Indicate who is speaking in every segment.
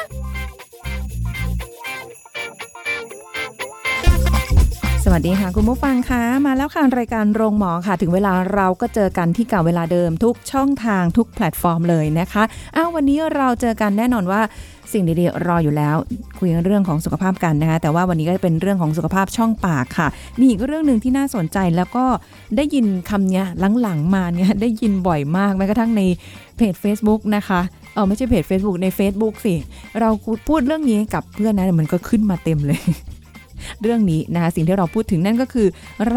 Speaker 1: ล
Speaker 2: สวัสดีค่ะ คุณผู้ฟังคะมาแล้วค่ะรายการโรงหมอค่ะ ถึงเวลาเราก็เจอกันที่เก่าเวลาเดิมทุกช่องทางทุกแพลตฟอร์มเลยนะคะอ้าววันนี้เราเจอกันแน่นอนว่าสิ่งดีๆรออยู่แล้ว คุยเรื่องของสุขภาพกันนะคะ แต่ว่าวันนี้ก็จะเป็นเรื่องของสุขภาพช่องปากค่ะ มีอีกเรื่องหนึ่งที่น่าสนใจแล้วก็ได้ยินคำเนี้ยหลังๆมาเนี่ย ได้ยินบ่อยมากแม้กระทั่งในเพจ Facebook นะคะเออไม่ใช่เพจ Facebook ใน Facebook สิเราพูดเรื่องนี้กับเพื่อนนะเดี๋ยวมันก็ขึ้นมาเต็มเลย เรื่องนี้นะคะสิ่งที่เราพูดถึงนั่นก็คือ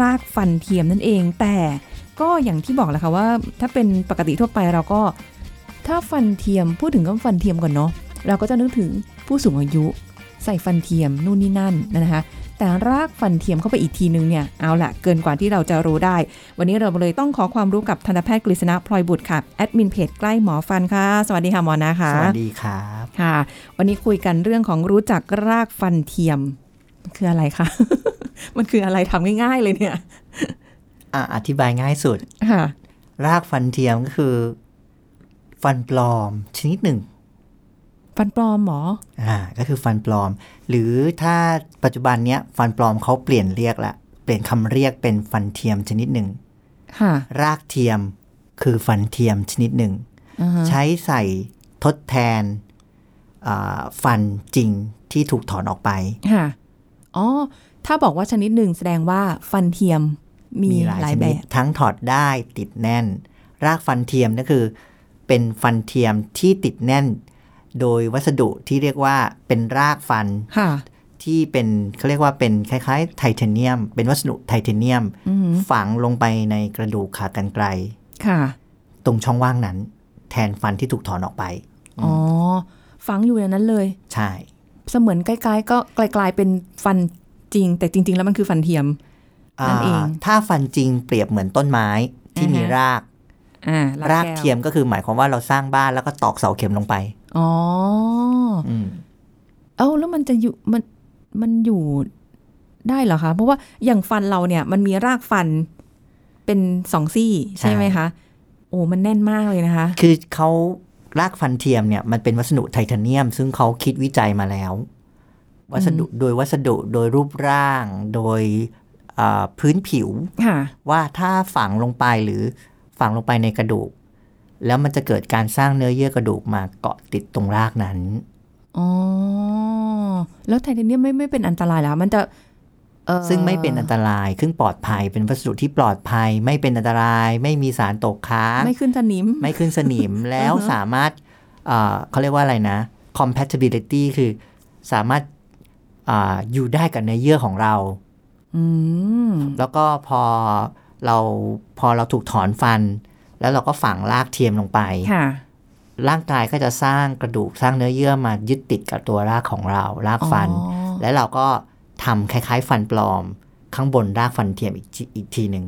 Speaker 2: รากฟันเทียมนั่นเอง แต่ก็อย่างที่บอกแหละค่ะว่า ถ้าเป็นปกติทั่วไปเราก็ ถ้าฟันเทียมพูดถึงก็ฟันเทียมก่อนเนาะเราก็จะนึกถึงผู้สูงอายุ ใส่ฟันเทียมนู่นนี่นั่นนะคะแต่รากฟันเทียมเข้าไปอีกทีนึงเนี่ยเอาละเกินกว่าที่เราจะรู้ได้ วันนี้เราเลยต้องขอความรู้กับทันตแพทย์กฤษณะพลอยบุตรค่ะแอดมินเพจใกล้หมอฟันค่ะสวัสดีค่ะหมอนะคะ
Speaker 3: สวัสดีครับ
Speaker 2: ค่ะ วันนี้คุยกันเรื่องของรู้จักรากฟันเทียม มันคืออะไร คะ มันคืออะไรทำง่ายๆเลยเนี่ย
Speaker 3: อ่ะอธิบายง่ายสุด
Speaker 2: ค่ะ
Speaker 3: รากฟันเทียมก็คือ ฟันปลอมชนิดหนึ่ง
Speaker 2: ฟันปลอมหมอ
Speaker 3: อ่าก็คือฟันปลอม หรือถ้าปัจจุบันเนี้ยฟันปลอมเขาเปลี่ยนเรียกละเปลี่ยนคำเรียกเป็นฟันเทียมชนิดหนึ่ง
Speaker 2: ค่ะ
Speaker 3: รากเทียมคือฟันเทียมชนิดหนึ่ง
Speaker 2: อ่าฮะ
Speaker 3: ใช้ใส่ทดแทนอ่าฟันจริงที่ถูกถอนออกไป
Speaker 2: ค่ะ อ๋อ ถ้าบอกว่าชนิดหนึ่งแสดงว่าฟันเทียมมีหลาย
Speaker 3: ช
Speaker 2: แบ
Speaker 3: นิด
Speaker 2: บ
Speaker 3: ทั้งถอดได้ติดแน่น รากฟันเทียมก็คือ เป็นฟันเทียมที่ติดแน่น โดยวัสดุที่เรียกว่าเป็นรากฟัน
Speaker 2: ค่ะ
Speaker 3: ที่เป็นเขาเรียกว่าเป็นคล้ายๆไทเทเนียม เป็นวัสดุไทเทเนียม
Speaker 2: อืม
Speaker 3: ฝังลงไปในกระดูกขากรรไกร
Speaker 2: ค่ะ
Speaker 3: ตรงช่องว่างนั้น แทนฟันที่ถูกถอนออกไป อืม
Speaker 2: อ๋อ ฝังอยู่ในนั้นเลย
Speaker 3: ใช่
Speaker 2: เสมือนใกล้ๆก็กลายๆเป็นฟันจริง แต่จริง ๆ แล้วมันคือฟันเทียม
Speaker 3: อ่า
Speaker 2: นั่นเอง
Speaker 3: ถ้าฟันจริงเปรียบเหมือนต้นไม้ที่มี
Speaker 2: อ่าฮะ
Speaker 3: ราก
Speaker 2: อ่าร
Speaker 3: าก
Speaker 2: แก้ว
Speaker 3: เทียมก็คือหมายความว่าเราสร้างบ้านแล้วก็ตอกเสาเข็มลงไป
Speaker 2: อ๋อ
Speaker 3: อืม
Speaker 2: เอ้าแล้วมันจะอยู่มันมันอยู่ได้เหรอคะ เพราะว่าอย่างฟันเราเนี่ย มันมีรากฟันเป็นสองซี่ ใช่ไหมคะ โอ้มันแน่นมากเลยนะคะ
Speaker 3: คือเขารากฟันเทียมเนี่ยมันเป็นวัสดุไทเทเนียม ซึ่งเขาคิดวิจัยมาแล้ว วัสดุโดยวัสดุโดยรูปร่าง โดยเอ่อพื้นผิว
Speaker 2: ค่ะ
Speaker 3: ว่าถ้าฝังลงไปหรือฝังลงไปในกระดูก แล้วมันจะเกิดการสร้างเนื้อเยื่อกระดูกมาเกาะติดตรงรากนั้น
Speaker 2: อ๋อ แล้วไทเทเนียมไม่ไม่เป็นอันตรายแล้ว มันจะเอ่อ
Speaker 3: ซึ่งไม่เป็นอันตรายซึ่งปลอดภัย เป็นวัสดุที่ปลอดภัย ไม่เป็นอันตราย ไม่มีสารตกค้าง
Speaker 2: ไม่ขึ้นสนิม
Speaker 3: ไม่ขึ้นสนิม แล้วสามารถเอ่อเขาเรียกว่าอะไรนะ compatibility คือสามารถอาอยู่ได้กับเนื้อเยื่อของเรา
Speaker 2: อืม
Speaker 3: แล้วก็พอเราพอเราถูกถอนฟัน แล้วเราก็ฝังรากเทียมลงไป
Speaker 2: ค่ะ
Speaker 3: ร่างกายก็จะสร้างกระดูกสร้างเนื้อเยื่อมายึดติดกับตัวรากของเรา รากฟัน
Speaker 2: อ๋อ
Speaker 3: และเราก็ทำคล้ายๆ ฟันปลอม ข้างบนรากฟันเทียมอีกทีอีกทีหนึ่ง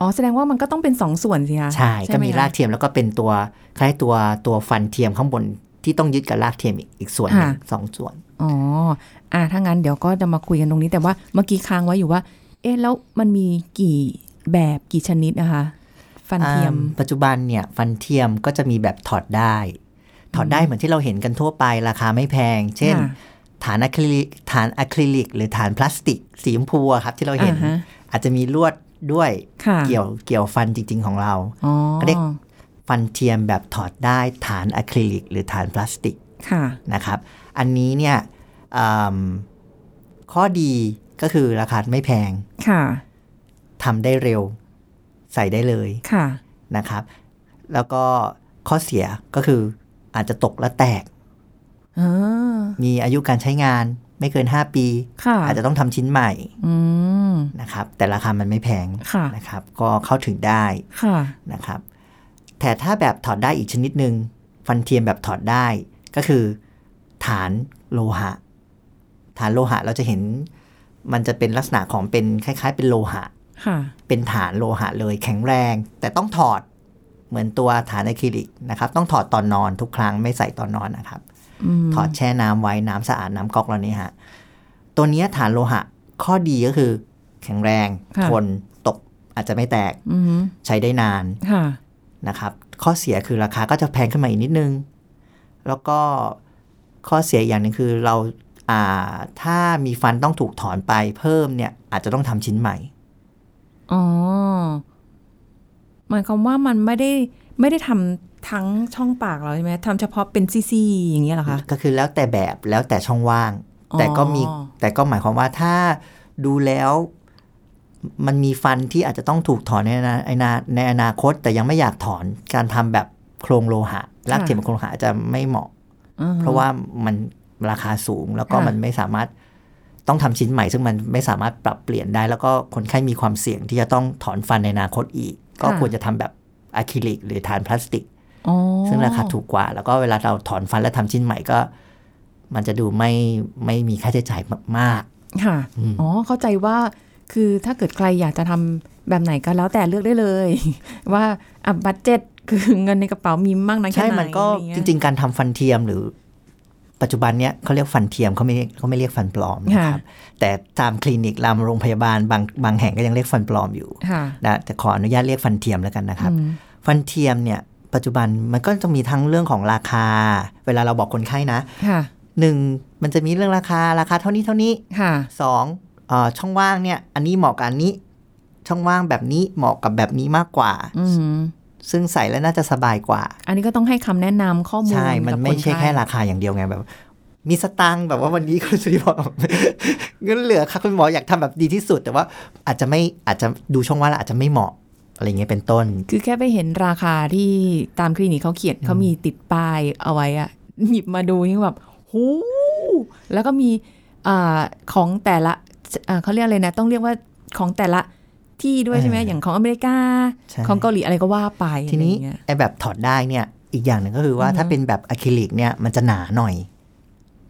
Speaker 2: อ๋อ แสดงว่ามันก็ต้องเป็นสองส่วนสิคะ
Speaker 3: ใช่ ก็
Speaker 2: ไห
Speaker 3: มี
Speaker 2: คะ
Speaker 3: รากเทียมแล้วก็เป็นตัวคล้ายตัวตัวฟันเทียมข้างบนที่ต้องยึดกับรากเทียมอีกอีกส่วนหนึ่งสองส่วน
Speaker 2: อ๋อ อ่ะถ้างั้นเดี๋ยวก็จะมาคุยกันตรงนี้ แต่ว่าเมื่อกี้ค้างไว้อยู่ว่า เอ๊ะแล้วมันมีกี่แบบกี่ชนิดนะคะ ฟันเทียม
Speaker 3: อ่าปัจจุบันเนี่ยฟันเทียมก็จะมีแบบถอดได้ ถอดได้เหมือนที่เราเห็นกันทั่วไปราคาไม่แพง เช่น
Speaker 2: ค่ะ
Speaker 3: ฐานอะคริลิกฐานอะคริลิก หรือฐานพลาสติก สีชมพูอะครับที่เราเห็น
Speaker 2: อ่าฮะ
Speaker 3: อาจจะมีลวดด้วย
Speaker 2: ค่ะ
Speaker 3: เกี่ยวเกี่ยวฟันจริง ๆ ของเรา
Speaker 2: อ๋อ
Speaker 3: เรียก ฟันเทียมแบบถอดได้ ฐานอะคริลิก หรือฐานพลาสติก
Speaker 2: ค่ะ
Speaker 3: นะครับอันนี้เนี่ยอืมข้อดีก็คือราคาไม่แพง
Speaker 2: ค่ะ
Speaker 3: ทำได้เร็ว ใส่ได้เลย
Speaker 2: ค่ะ
Speaker 3: นะครับ แล้วก็ข้อเสียก็คืออาจจะตกและแตก
Speaker 2: เออ
Speaker 3: มีอายุการใช้งานไม่เกิน 5 ปี
Speaker 2: ค่ะ
Speaker 3: อาจจะต้องทำชิ้นใหม่
Speaker 2: อืม
Speaker 3: นะครับ แต่ราคามันไม่แพง
Speaker 2: ค่ะ
Speaker 3: นะครับ ก็เข้าถึงได้
Speaker 2: ค่ะ
Speaker 3: นะครับ แต่ถ้าแบบถอดได้อีกชนิดหนึ่งฟันเทียมแบบถอดได้ก็คือ ฐานโลหะ ฐานโลหะเราจะเห็น มันจะเป็นลักษณะของเป็นคล้าย ๆ เป็นโลหะ
Speaker 2: ค่ะ
Speaker 3: เป็นฐานโลหะเลยแข็งแรง แต่ต้องถอดเหมือนตัวฐานอะคริลิกนะครับ ต้องถอดตอนนอนทุกครั้งไม่ใส่ตอนนอนนะครับ
Speaker 2: ม
Speaker 3: ถอดแช่น้ำไว้น้ำสะอาดน้ำก๊อกเรานี้ฮะ ตัวเนี้ยฐานโลหะข้อดีก็คือ แข็งแรง
Speaker 2: ค่ะ
Speaker 3: ทนตกอาจจะไม่แตก
Speaker 2: อืม
Speaker 3: ใช้ได้นาน
Speaker 2: ค่ะ
Speaker 3: นะครับ ข้อเสียคือราคาก็จะแพงขึ้นมาอีกนิดนึง แล้วก็ข้อเสียอย่างหนึงคือเราอ่าถ้ามีฟันต้องถูกถอนไปเพิ่มเนี่ยอาจจะต้องทำชิ้นใหม่
Speaker 2: อ๋อหมายความว่ามันไม่ได้ไม่ได้ทำทั้งช่องปากเราใช่ไหมทำเฉพาะเป็นซี่ๆอย่างเงี้ยเหรอคะ
Speaker 3: ก็คือแล้วแต่แบบแล้วแต่ช่องว่าง แต่ก็มี
Speaker 2: อ๋อ
Speaker 3: แต่ก็หมายความว่าถ้าดูแล้วมันมีฟันที่อาจจะต้องถูกถอนในอนาในอนาในอนาคต แต่ยังไม่อยากถอนการทำแบบโครงโลหะลากเข็มโครงโลหะอาจจะไม่เหมาะ
Speaker 2: อือฮึ
Speaker 3: เพราะว่ามันราคาสูงแล้วก็
Speaker 2: ค่ะ
Speaker 3: มันไม่สามารถต้องทำชิ้นใหม่ ซึ่งมันไม่สามารถปรับเปลี่ยนได้ แล้วก็คนไข้มีความเสี่ยงที่จะต้องถอนฟันในอนาคตอีก ก็ควรจะทำแบบอะคริลิกหรือฐานพลาสติก
Speaker 2: อ๋อ
Speaker 3: ซึ่งราคาถูกกว่า แล้วก็เวลาเราถอนฟันและทำชิ้นใหม่ก็ มันจะดูไม่ไม่มีค่าใช้จ่ายมาก
Speaker 2: ค่ะ
Speaker 3: อืม
Speaker 2: อ๋อ เข้าใจว่าคือถ้าเกิดใครอยากจะทำแบบไหนก็แล้วแต่เลือกได้เลย ว่าอ่ะบัตเจ็ตคือเงินในกระเป๋ามีมากน้อย
Speaker 3: ๆ
Speaker 2: แค่
Speaker 3: ใช่
Speaker 2: ไหน
Speaker 3: มันก็
Speaker 2: อะไเงี้
Speaker 3: จ
Speaker 2: ย
Speaker 3: ริง ๆ การทำฟันเทียมหรือ ปัจจุบันเนี้ยเขาเรียกฟันเทียมเขาไม่เรียกเขาไม่เรียกฟันปลอมนะ
Speaker 2: ค่ะ
Speaker 3: ครับแต่ตามคลินิกตามโรงพยาบาลบางบางแห่งก็ยังเรียกฟันปลอมอยู่
Speaker 2: ค่ะ
Speaker 3: นะแต่ขออนุญาตเรียกฟันเทียมแล้วกันนะครับ
Speaker 2: อืม
Speaker 3: ฟันเทียมเนี่ยปัจจุบันมันก็จะมีทั้งเรื่องของราคา เวลาเราบอกคนไข้นะ
Speaker 2: ค่ะ
Speaker 3: หนึ่งมันจะมีเรื่องราคาราคาเท่านี้เท่านี้
Speaker 2: ค่ะ
Speaker 3: สองเออช่องว่างเนี่ย อันนี้เหมาะกับอันนี้ ช่องว่างแบบนี้เหมาะกับแบบนี้มากกว่า
Speaker 2: อืม
Speaker 3: ซึ่งใส่แล้วน่าจะสบายกว่า
Speaker 2: อันนี้ก็ต้องให้คำแนะนำข้อมูล
Speaker 3: ใช่ มัน
Speaker 2: กับ
Speaker 3: ไม่ใช่
Speaker 2: น
Speaker 3: แค่ราคาอย่างเดียวไงแบบ มีสตังค์แบบว่าวันนี้คุณสุริพรบอก เงินเหลือค่ะคุณหมออยากทำแบบดีที่สุด แต่ว่าอาจจะไม่อาจจะดูช่องว่างแล้วอาจจะไม่เหมาะ อะไรอย่างเงี้ยเป็นต้น
Speaker 2: คือแค่ไปเห็นราคาที่ตามคลินิกเขาเขียนเขามีติดป้ายเอาไว้อะ หยิบมาดูนี่แบบหูแล้วก็มีอาของแต่ละอ่าเขาเรียกอะไรนะ ต้องเรียกว่าของแต่ละที่ด้วยใช่ไหม
Speaker 3: เออ
Speaker 2: อย่างของอเมริกา
Speaker 3: ใช่
Speaker 2: ของเกาหลีอะไรก็ว่าไป
Speaker 3: ทีนี้
Speaker 2: อะไรอย่างเงี้ย
Speaker 3: ไอ้แบบถอดได้เนี่ย อีกอย่างหนึ่งก็คือว่าถ้าเป็นแบบอะคริลิกเนี่ยมันจะหนาหน่อย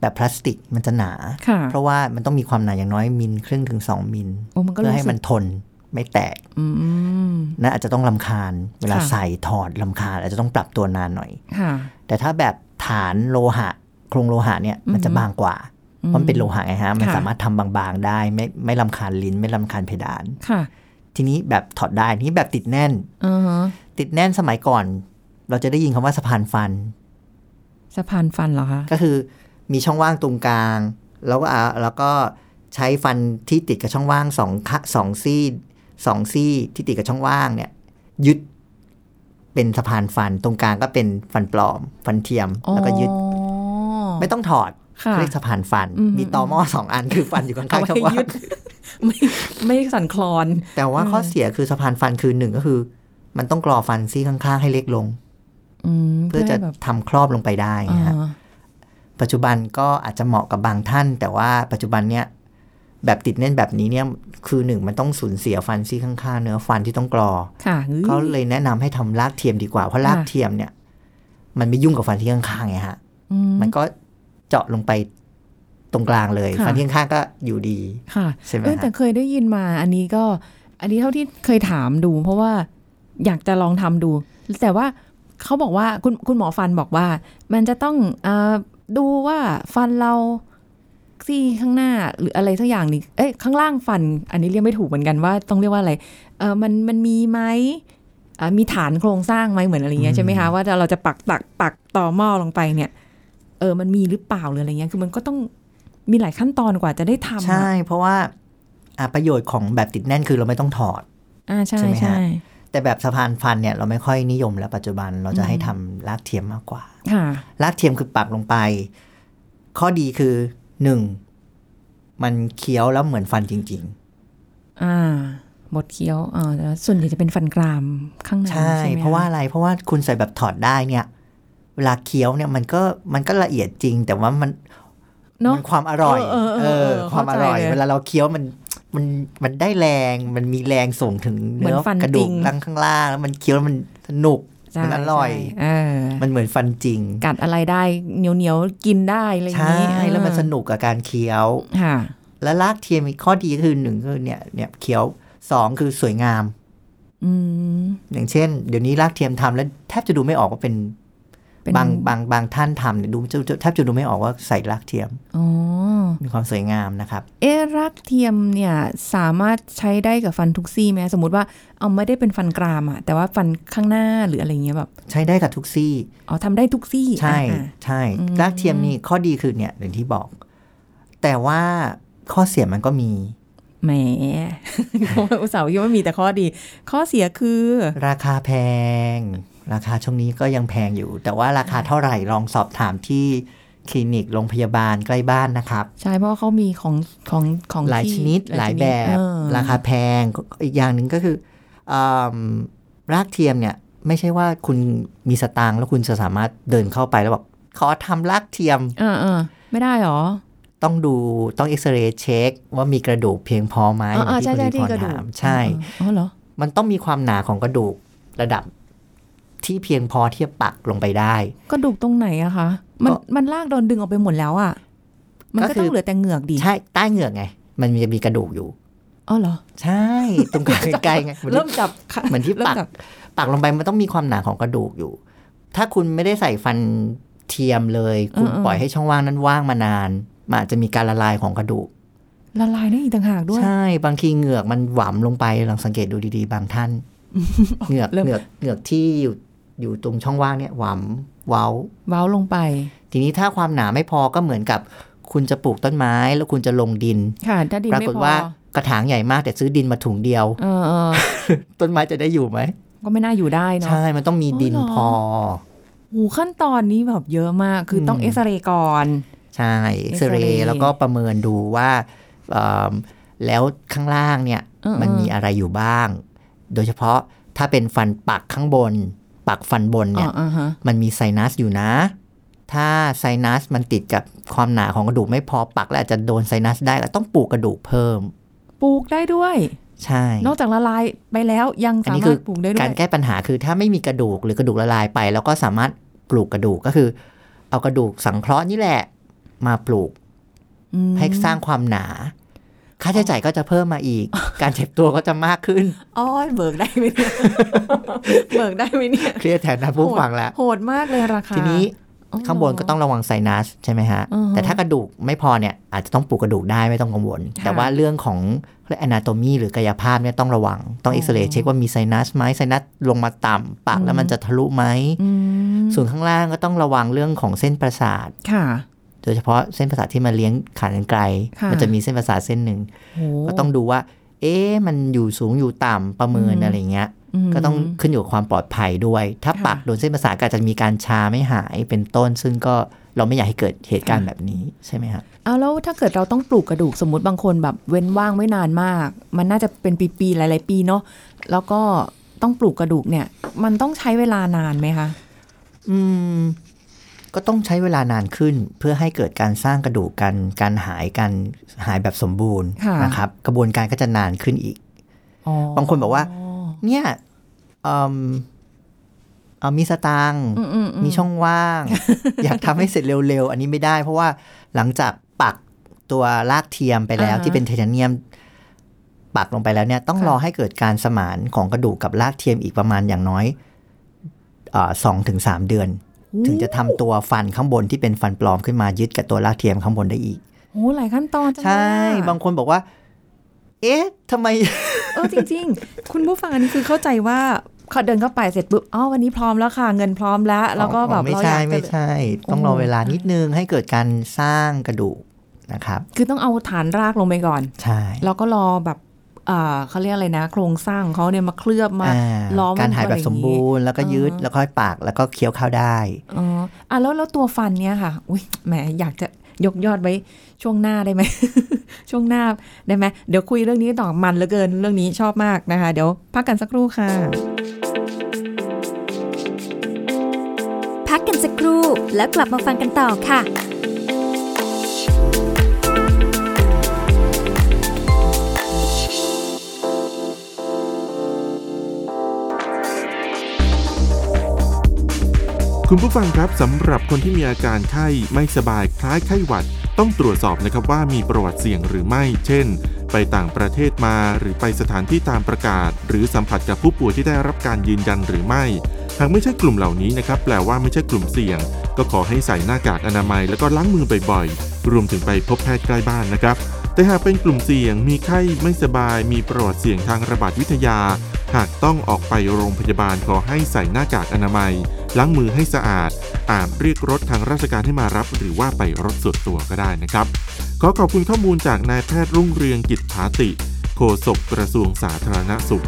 Speaker 3: แบบพลาสติกมันจะหนา
Speaker 2: ค่ะ
Speaker 3: เพราะว่ามันต้องมีความหนาอย่างน้อยมิลครึ่งถึงสองมิล
Speaker 2: โอ้มันก็
Speaker 3: เพื่อ
Speaker 2: รู้
Speaker 3: ให้
Speaker 2: สึ
Speaker 3: มั
Speaker 2: ก
Speaker 3: นทนไม่แตก
Speaker 2: อืม
Speaker 3: นะอาจจะต้องลำคาญ เวลา
Speaker 2: ค่ะ
Speaker 3: ใส่ถอดลำคาญอาจจะต้องปรับตัวนานหน่อย
Speaker 2: ค่ะ
Speaker 3: แต่ถ้าแบบฐานโลหะ โครงโลหะเนี่ยมันจะบางกว่า เพราะมันเป็นโลหะไงฮะ มัน
Speaker 2: ค่ะ
Speaker 3: สามารถทำบางๆได้ ไม่ไม่ลำคาญลิ้น ไม่ลำคาญเพดาน
Speaker 2: ค่ะ
Speaker 3: ทีนี้แบบถอดได้ทีนี้แบบติดแน่น
Speaker 2: อือฮะ
Speaker 3: ติดแน่นสมัยก่อน เราจะได้ยินคำว่าสะพานฟัน
Speaker 2: สะพานฟันเหรอคะ
Speaker 3: ก็คือมีช่องว่างตรงกลาง แล้วก็เอาแล้วก็ใช้ฟันที่ติดกับช่องว่างสองขสองซี่สองซี่ที่ติดกับช่องว่างเนี่ย ยึดเป็นสะพานฟันตรงกลางก็เป็นฟันปลอม ฟันเทียมแล้วก็ยึด
Speaker 2: อ๋อ
Speaker 3: ไม่ต้องถอด
Speaker 2: ค่ะ
Speaker 3: เรียกสะพานฟัน
Speaker 2: อืม
Speaker 3: มีตอหม้อสองอันคือฟันอยู่ข้าง
Speaker 2: เอา
Speaker 3: ๆ
Speaker 2: ไว้
Speaker 3: ช่องว่า
Speaker 2: ยึ
Speaker 3: ง
Speaker 2: ด ไม่ไม่สั่นคลอน
Speaker 3: แต่ว่าข้อเสียคือสะพานฟันคือหนึ่งก็คือ มันต้องกรอฟันซี่ข้างๆให้เล็กลง
Speaker 2: อืม
Speaker 3: เพื่อจะ
Speaker 2: ให้แบบ
Speaker 3: ทำครอบลงไปได้
Speaker 2: อ่า
Speaker 3: นะฮะ ปัจจุบันก็อาจจะเหมาะกับบางท่าน แต่ว่าปัจจุบันเนี้ยแบบติดแน่นแบบนี้เนี่ยคือหนึ่งมันต้องสูญเสียฟันซี่ข้างๆเนื้อฟันที่ต้องกรอ
Speaker 2: ค่ะเฮ้ย
Speaker 3: เขาเลยแนะนำให้ทำลากเทียมดีกว่า เพราะลาก
Speaker 2: ค่ะ
Speaker 3: เทียมเนี่ย มันไม่ยุ่งกับฟันที่ข้างๆไงฮะ
Speaker 2: อืม
Speaker 3: มันก็เจาะลงไปตรงกลางเลย
Speaker 2: ค่ะ
Speaker 3: ฟันที่ข้างๆก็อยู่ดี
Speaker 2: ค่ะ
Speaker 3: ใช่ไหม
Speaker 2: เออแต่
Speaker 3: ฮะ
Speaker 2: เคยได้ยินมา อันนี้ก็ อันนี้เท่าที่เคยถามดู เพราะว่าอยากจะลองทำดู แต่ว่าเขาบอกว่าคุณคุณหมอฟันบอกว่า มันจะต้องเออดูว่าฟันเราซี่ข้างหน้าหรืออะไรสักอย่างหนึงเอ้ยข้างล่างฟัน อันนี้เรียกไม่ถูกเหมือนกันว่าต้องเรียกว่าอะไรเออมันมันมีไหมอ่ามีฐานโครงสร้างไหมเหมือนอะไรเงี้ยใช่ไหมคะว่าเราจะปักตักปักต่อหม้อลงไปเนี่ย เออมันมีหรือเปล่าหรืออะไรเงี้ยคือมันก็ต้องมีหลายขั้นตอนกว่าจะได้ทำอะ
Speaker 3: ใช่ เพราะว่าอ่ะประโยชน์ของแบบติดแน่นคือเราไม่ต้องถอด
Speaker 2: อ่าใช่
Speaker 3: ใช่ไหมฮะ
Speaker 2: ใช่
Speaker 3: แต่แบบสะพานฟันเนี่ย เราไม่ค่อยนิยมแล้วปัจจุบันเราจะให้
Speaker 2: อืม
Speaker 3: ทำลากเทียมมากกว่า
Speaker 2: ค่ะ
Speaker 3: ลากเทียมคือปักลงไป ข้อดีคือหนึ่งมันเคี้ยวแล้วเหมือนฟันจริง
Speaker 2: อ่าบดเคี้ยวอ่าแล้วส่วนใหญ่จะเป็นฟันกรามข้างใน
Speaker 3: ๆ ใช่
Speaker 2: ไหมค
Speaker 3: เพราะว่าอะไรเพราะว่าคุณใส่แบบถอดได้เนี่ย เวลาเคี้ยวเนี่ยมันก็มันก็ละเอียดจริง แต่ว่ามัน
Speaker 2: เนาะ
Speaker 3: มันความอร่อย
Speaker 2: เออเออเออ
Speaker 3: อความอร่อย
Speaker 2: เข้าใจเลย
Speaker 3: เวลาเราเคี้ยวมันมันมันได้แรง มันมีแรงส่งถึง
Speaker 2: เหมือน
Speaker 3: เนื้อ
Speaker 2: ฟัน
Speaker 3: กระดู
Speaker 2: จริ
Speaker 3: ก
Speaker 2: ง
Speaker 3: ล่างข้างล่างแล้วมันเคี้ยวแล้วมันสนุก
Speaker 2: ใช่
Speaker 3: มันอร่อย
Speaker 2: ใช่เออ
Speaker 3: มันเหมือนฟันจริง
Speaker 2: กัดอะไรได้เหนียวเหนียวๆกินได้อะไรอย่าง
Speaker 3: ใช่
Speaker 2: นี้
Speaker 3: แล้วมัน
Speaker 2: เออ
Speaker 3: สนุกกับการเคี้ยว
Speaker 2: ค่ะ
Speaker 3: และลากเทียมมีข้อดีก็คือหนึ่งคือเนี่ยเนี่ยเคี้ยวสองคือสวยงาม
Speaker 2: อืม
Speaker 3: อย่างเช่น เดี๋ยวนี้ลากเทียมทำแล้วแทบจะดูไม่ออกว่าเป็น
Speaker 2: เป็น
Speaker 3: บางบางบางท่านทำเนี่ยดูจะจะแทบจะดูไม่ออกว่าใส่ลากเทียม
Speaker 2: อ๋อ
Speaker 3: มีความสวยงามนะครับ
Speaker 2: เอะรักเทียมเนี่ยสามารถใช้ได้กับฟันทุกซี่ไหมสมมติว่าเอาไม่ได้เป็นฟันกรามอะแต่ว่าฟันข้างหน้าหรืออะไรเงี้ยแบบ
Speaker 3: ใช้ได้กับทุกซี่
Speaker 2: อ๋อทำได้ทุกซี่
Speaker 3: ใช่
Speaker 2: อ่ะ
Speaker 3: ใช่
Speaker 2: อืม
Speaker 3: รากเทียมนี่ข้อดีคือเนี่ยอย่างที่บอก แต่ว่าข้อเสียมันก็มี
Speaker 2: ๆแหม อุตส่าห์คิดว่ามีแต่ข้อดี ข้อเสียคือ
Speaker 3: ราคาแพง ราคาช่วงนี้ก็ยังแพงอยู่ แต่ว่าราคาเท่าไหร่ลองสอบถามที่คลินิกโรงพยาบาลใกล้บ้านนะครับ
Speaker 2: ใช่เพราะว่าเขามีของของของ
Speaker 3: หลาย
Speaker 2: ที่
Speaker 3: ชนิดหลายแบบ
Speaker 2: เออ
Speaker 3: ราคาแพงอีกอย่างหนึ่งก็คืออำรากเทียมเนี่ย ไม่ใช่ว่าคุณมีสตางค์แล้วคุณจะสามารถเดินเข้าไปแล้วบอกขอทำรากเทียม
Speaker 2: เออเออไม่ได้หรอ
Speaker 3: ต้องดูต้องเอ็กซเรย์เช็คว่ามีกระดูกเพียงพอไหม
Speaker 2: เออเออใช่
Speaker 3: อ
Speaker 2: ใช่
Speaker 3: ย่างที่
Speaker 2: ที่ก
Speaker 3: คุณลิ
Speaker 2: ระ
Speaker 3: พร
Speaker 2: ดูก
Speaker 3: ถามใช่
Speaker 2: เออเอออ๋อเหรอ
Speaker 3: มันต้องมีความหนาของกระดูกระดับที่เพียงพอเทียบปักลงไปได้
Speaker 2: กระดูกตรงไหนอะคะมันมันลากโดนดึงออกไปหมดแล้วอะมัน
Speaker 3: ก็
Speaker 2: ก็
Speaker 3: คือ
Speaker 2: ต้องเหลือแต่เหงือกดิ
Speaker 3: ใช่ใต้เหงือกไง มันจะมีกระดูกอยู่
Speaker 2: อ๋อเหรอ
Speaker 3: ใช่ ตรงกลางไกลๆไงหมือนที่
Speaker 2: เริ่มจับค่ะ
Speaker 3: เหมือนที่
Speaker 2: เริ่
Speaker 3: ปัก
Speaker 2: จับ
Speaker 3: ปักลงไปมันต้องมีความหนาของกระดูกอยู่ ถ้าคุณไม่ได้ใส่ฟันเทียมเลย คุณปล่อยให้ช่องว่างนั้นว่างมานานมันอาจจะมีการละลายของกระดูก
Speaker 2: ละลายได้อีกต่างหากด้วย
Speaker 3: ใช่ บางทีเหงือกมันหวามลงไปลองสังเกตดูดีๆ บาง ท่าน เหงือก
Speaker 2: เริ่ม
Speaker 3: เหงือกเหงือกที่อยู่อยู่ตรงช่องว่างเนี่ยหวามเว้า
Speaker 2: เว้าลงไป
Speaker 3: ทีนี้ถ้าความหนาไม่พอก็เหมือนกับ คุณจะปลูกต้นไม้แล้วคุณจะลงดิน
Speaker 2: ค่ะถ้าดิน
Speaker 3: ปรา
Speaker 2: ไม่
Speaker 3: กฏ
Speaker 2: พอ
Speaker 3: ว่ากระถางใหญ่มากแต่ซื้อดินมาถุงเดียว
Speaker 2: เออเออ
Speaker 3: ต้นไม้จะได้อยู่ไหม
Speaker 2: ก็ไม่น่าอยู่ได้เนาะ
Speaker 3: ใช่มันต้องมี
Speaker 2: อ๋อ
Speaker 3: ดิน
Speaker 2: เหรอ
Speaker 3: พอ
Speaker 2: โอ้ขั้นตอนนี้แบบเยอะมากคือต้อง
Speaker 3: อืม
Speaker 2: เอ็กซเรย์ก่อน
Speaker 3: ใช่เอ็กซ
Speaker 2: เอ็กซ
Speaker 3: เร
Speaker 2: เรย์
Speaker 3: ย์แล้วก็ประเมินดูว่าเอิ่มแล้วข้างล่างเนี่ย
Speaker 2: เออ
Speaker 3: มันมีอะไรอยู่บ้าง โดยเฉพาะถ้าเป็นฟันปักข้างบน ปักฟันบน
Speaker 2: อ๋
Speaker 3: เนี่
Speaker 2: อย อ่าฮะ
Speaker 3: มันมีไซนัสอยู่นะ ถ้าไซนัสมันติดกับความหนาของกระดูกไม่พอปักแล้วอาจจะโดนไซนัสได้แล้วต้องปลูกกระดูกเพิ่ม
Speaker 2: ปลูกได้ด้วย
Speaker 3: ใช่
Speaker 2: นอกจากละลายไปแล้วยัง
Speaker 3: อัน
Speaker 2: สา
Speaker 3: นี้
Speaker 2: มา
Speaker 3: คื
Speaker 2: ร
Speaker 3: อ
Speaker 2: ถปลูกได้ด้ว
Speaker 3: การ
Speaker 2: ย
Speaker 3: แก้ปัญหาคือถ้าไม่มีกระดูกหรือกระดูกละลายไป แล้วก็สามารถปลูกกระดูกก็คือ เอากระดูกสังเคราะห์นี่แหละมาปลูก
Speaker 2: อืม
Speaker 3: ให้สร้างความหนา ค่าใช้จ่ายก็จะเพิ่มมาอีก การเจ็บตัวก็จะมากขึ้น
Speaker 2: อ๋อเบิกได้ไหม เนี่ย เบิกได้ไหมเนี่ย
Speaker 3: เครียดแทนนะผู้ฟังแล้ว
Speaker 2: โหดมากเลยราคา
Speaker 3: ทีนี้
Speaker 2: อ๋อ
Speaker 3: ข้างบนก็ต้องระวังไซนัสใช่ไหมฮะ
Speaker 2: อือฮะ
Speaker 3: แต่ถ้ากระดูกไม่พอเนี่ย อาจจะต้องปลูกกระดูกได้ไม่ต้องกังวล
Speaker 2: ค่ะ
Speaker 3: แต่ว่าเรื่องของเรื่องอนาโตมีหรือกายภาพเนี่ยต้องระวัง ต้อง
Speaker 2: อ๋อ
Speaker 3: เอ็กซเรย์เช็คว่ามีไซนัสไหมไซนัสลงมาต่ำปาก
Speaker 2: อืม
Speaker 3: แล้วมันจะทะลุไหม
Speaker 2: อืม
Speaker 3: ส่วนข้างล่างก็ต้องระวังเรื่องของเส้นประสาท
Speaker 2: ค่ะ
Speaker 3: โดยเฉพาะเส้นประสาทที่มาเลี้ยงขากรรไกร
Speaker 2: ค่ะ
Speaker 3: มันจะมีเส้นประสาทเส้นหนึ่ง
Speaker 2: โห
Speaker 3: ก็ต้องดูว่า เอ๊ะ มันอยู่สูงอยู่ต่ำประเมิน
Speaker 2: อืม
Speaker 3: อะไรเงี้ย
Speaker 2: ม
Speaker 3: ก็ต้องขึ้นอยู่กับความปลอดภัยด้วย ถ้า
Speaker 2: ค่ะ
Speaker 3: ปักโดนเส้นประสาทก็อาจจะมีการชาไม่หายเป็นต้น ซึ่งก็เราไม่อยากให้เกิดเหตุการณ์แบบนี้ใช่ไหมครับ
Speaker 2: เอาแล้วถ้าเกิดเราต้องปลูกกระดูกสมมติบางคนแบบเว้นว่างไว้นานมาก มันน่าจะเป็นปีๆหลาย ๆ ปีเนาะแล้วก็ต้องปลูกกระดูกเนี่ย มันต้องใช้เวลานานไหมคะ
Speaker 3: อืม ก็ต้องใช้เวลานานขึ้น เพื่อให้เกิดการสร้างกระดูกกันการหายกันหายแบบสมบูรณ์นะครับ กระบวนการก็จะนานขึ้นอีก
Speaker 2: อ๋อบ
Speaker 3: างคนบอกว่า เนี่ยเอิ่มเอ่อมีสตางค์
Speaker 2: อืมอืม
Speaker 3: มีช่อง ว่าง อยากทำให้เสร็จเร็วๆ อันนี้ไม่ได้ เพราะว่าหลังจากปักตัวลากเทียมไปแล้วที่เป็นไทเทเนียม ปักลงไปแล้วเนี่ย ต้องรอให้เกิดการสมานของกระดูกกับลากเทียมอีกประมาณอย่างน้อยสองถึงสามเดือน ถึงจะทำตัวฟันข้างบนที่เป็นฟันปลอมขึ้นมายึดกับตัวลากเทียมข้างบนได้อีก
Speaker 2: โอ้หลายขั้นตอนจังเลย
Speaker 3: ใช่
Speaker 2: อะ
Speaker 3: บางคนบอกว่า เอ๊ะทำไม
Speaker 2: เออจริงๆ คุณผู้ฟังอันนี้คือเข้าใจว่าเขาเดินเข้าไปเสร็จปุ๊บอ๋อวันนี้พร้อมแล้วค่ะเงินพร้อมแล้ว แล้วก็แบบ
Speaker 3: ไม่
Speaker 2: เราอ
Speaker 3: ใช่
Speaker 2: ยาก
Speaker 3: ไม่
Speaker 2: จะ
Speaker 3: ใช่ ต้องรอ
Speaker 2: โอ้
Speaker 3: เวลานิดนึงให้เกิดการสร้างกระดูกนะครับ
Speaker 2: คือต้องเอาฐานรากลงไปก่อน
Speaker 3: ใช่
Speaker 2: แล้วก็รอแบบเอ่อเขาเรียกอะไรนะ โครงสร้างของเขาเนี่ยมาเคลือบมา
Speaker 3: อ่
Speaker 2: ล้อม
Speaker 3: การหายแบบสมบูรณ์ แล้วก็ยืด
Speaker 2: อ่า
Speaker 3: แล้วก็ให้ปากแล้วก็เคี้ยวข้าวได้
Speaker 2: อ๋ออ่ะแล้วแล้วตัวฟันเนี่ยค่ะ อุ้ยแหมอยากจะยกยอดไว้ช่วงหน้าได้ไหม ช่วงหน้าได้ไหมเดี๋ยวคุยเรื่องนี้ต่อมันเหลือเกินเรื่องนี้ชอบมากนะคะ เดี๋ยวพักกันสักครู่ค่ะ
Speaker 1: พักกันสักครู่แล้วกลับมาฟังกันต่อค่ะ
Speaker 4: คุณผู้ฟังครับสำหรับคนที่มีอาการไข้ไม่สบายคล้ายไข้หวัด ต้องตรวจสอบนะครับว่ามีประวัติเสี่ยงหรือไม่ เช่น ไปต่างประเทศมาหรือไปสถานที่ตามประกาศ หรือสัมผัสกับผู้ป่วยที่ได้รับการยืนยันหรือไม่ หากไม่ใช่กลุ่มเหล่านี้นะครับแปลว่าไม่ใช่กลุ่มเสี่ยง ก็ขอให้ใส่หน้ากากอนามัยแล้วก็ล้างมือบ่อยๆ รวมถึงไปพบแพทย์ใกล้บ้านนะครับ แต่หากเป็นกลุ่มเสี่ยง มีไข้ไม่สบาย มีประวัติเสี่ยงทางระบาดวิทยา หากต้องออกไปโรงพยาบาลขอให้ใส่หน้ากากอนามัย ล้างมือให้สะอาด อาจเรียกรถทางราชการให้มารับ หรือว่าไปรถส่วนตัวก็ได้นะครับ ขอขอบคุณข้อมูลจากนายแพทย์รุ่งเรืองกิจผาติ โฆษกกระทรวงสาธารณสุข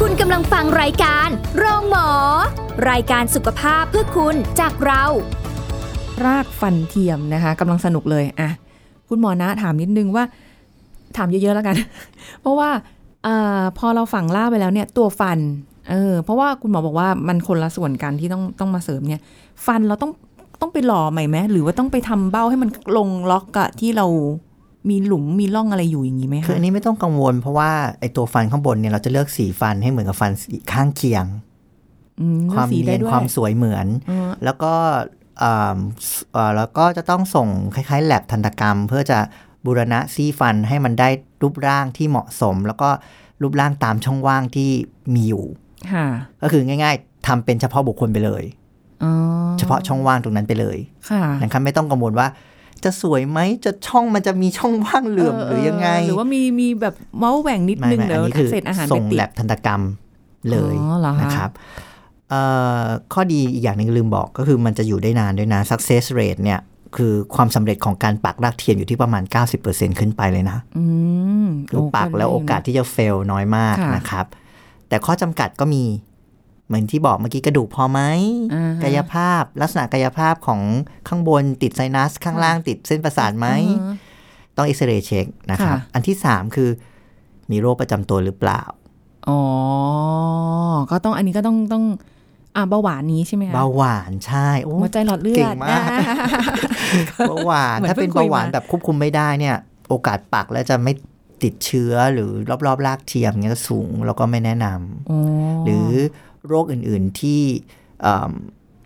Speaker 1: คุณกำลังฟังรายการโรงหมอ รายการสุขภาพเพื่อคุณจากเรา
Speaker 2: รากฟันเทียมนะคะกำลังสนุกเลยอ่ะคุณหมอนะถามนิดนึงว่า ถามเยอะๆแล้วกัน เพราะว่าอาพอเราฝังล่าไปแล้วเนี่ย ตัวฟันเออเพราะว่าคุณหมอบอกว่ามันคนละส่วนกันที่ต้องต้องมาเสริมเนี่ย ฟันเราต้องต้องไปหล่อใหม่ไหมหรือว่าต้องไปทำเบ้าให้มันลงล็อกอะที่เรามีหลุมมีร่องอะไรอยู่อย่างนี้ไหม
Speaker 3: คือ
Speaker 2: คะ
Speaker 3: อันนี้ไม่ต้องกังวล เพราะว่าไอตัวฟันข้างบนเนี่ยเราจะเลือกสีฟันให้เหมือนกับฟันสีข้างเคียง
Speaker 2: อื
Speaker 3: ค
Speaker 2: เรื่อ
Speaker 3: วา
Speaker 2: ง
Speaker 3: ม
Speaker 2: สี
Speaker 3: เนี
Speaker 2: ได้
Speaker 3: ยน
Speaker 2: ด้วย
Speaker 3: ความสวยเหมือน
Speaker 2: เออ
Speaker 3: แล้วก็อ่ำสเอ่อแล้วก็จะต้องส่งคล้ายๆแลบทันตกรรม เพื่อจะบูรณะซี่ฟันให้มันได้รูปร่างที่เหมาะสม แล้วก็รูปร่างตามช่องว่างที่มีอยู่
Speaker 2: ค่ะ
Speaker 3: ก็คือง่าย ๆทำเป็นเฉพาะบุคคลไปเลย
Speaker 2: อ๋อ
Speaker 3: เฉพาะช่องว่างตรงนั้นไปเลย
Speaker 2: ค่ะ
Speaker 3: นะครับไม่ต้องกังวลว่า จะสวยไหมจะช่องมันจะมีช่องว่างเหลื่อมหรือยังไง
Speaker 2: หรือว่ามีมีแบบเมาส์แหว่งนิด
Speaker 3: ไม่
Speaker 2: นึง
Speaker 3: ไม่
Speaker 2: เดี๋ย
Speaker 3: อัน
Speaker 2: ว
Speaker 3: นี้คือ
Speaker 2: เศษอาหารไป
Speaker 3: ส่ง
Speaker 2: ติด
Speaker 3: แลบทันตกรรมเลย
Speaker 2: อ๋อเหรอคะ
Speaker 3: นะครับเอ่อข้อดีอีกอย่างหนึ่งลืมบอกก็คือมันจะอยู่ได้นานด้วยนะ success rate เนี่ยคือความสำเร็จของการปักรากเทียมอยู่ที่ประมาณ 90%ขึ้นไปเลยนะ
Speaker 2: อืม
Speaker 3: คือ
Speaker 2: โ
Speaker 3: ปักแล้ว
Speaker 2: ได้
Speaker 3: โอยู่
Speaker 2: นะ
Speaker 3: กาสที่จะเฟลน้อยมาก
Speaker 2: ค่ะ
Speaker 3: นะครับ แต่ข้อจำกัดก็มี เหมือนที่บอกเมื่อกี้กระดูกพอไหม
Speaker 2: อ่าฮะ
Speaker 3: กายภาพลักษณะกายภาพของข้างบนติดไซนัส ข้างล่างติดเส้นประสาทไหม
Speaker 2: อ่าฮะ
Speaker 3: ต้องเอ็กซเรย์เช็คนะครับ
Speaker 2: ค่ะ
Speaker 3: อันที่ 3 คือมีโรคประจำตัวหรือเปล่า
Speaker 2: อ๋อ ก็ต้องอันนี้ก็ต้องต้องอ่าเบาหวานนี้ใช่ไหมคะ
Speaker 3: เบาหวานใช่โอ้
Speaker 2: หัวใจหลอดเลือด
Speaker 3: เก่งมาก
Speaker 2: อ่
Speaker 3: เบาหวาน
Speaker 2: เหมือน
Speaker 3: ถ้าเป็น
Speaker 2: เพิ่งคุย
Speaker 3: เบาหวาน
Speaker 2: มา
Speaker 3: แบบควบคุมไม่ได้เนี่ย โอกาสปักแล้วจะไม่ติดเชื้อหรือรอบๆรากเทียมเนี่ยก็สูงแล้วก็ไม่แนะนำ
Speaker 2: อ๋อ
Speaker 3: หรือโรคอื่นๆที่เอิ่ม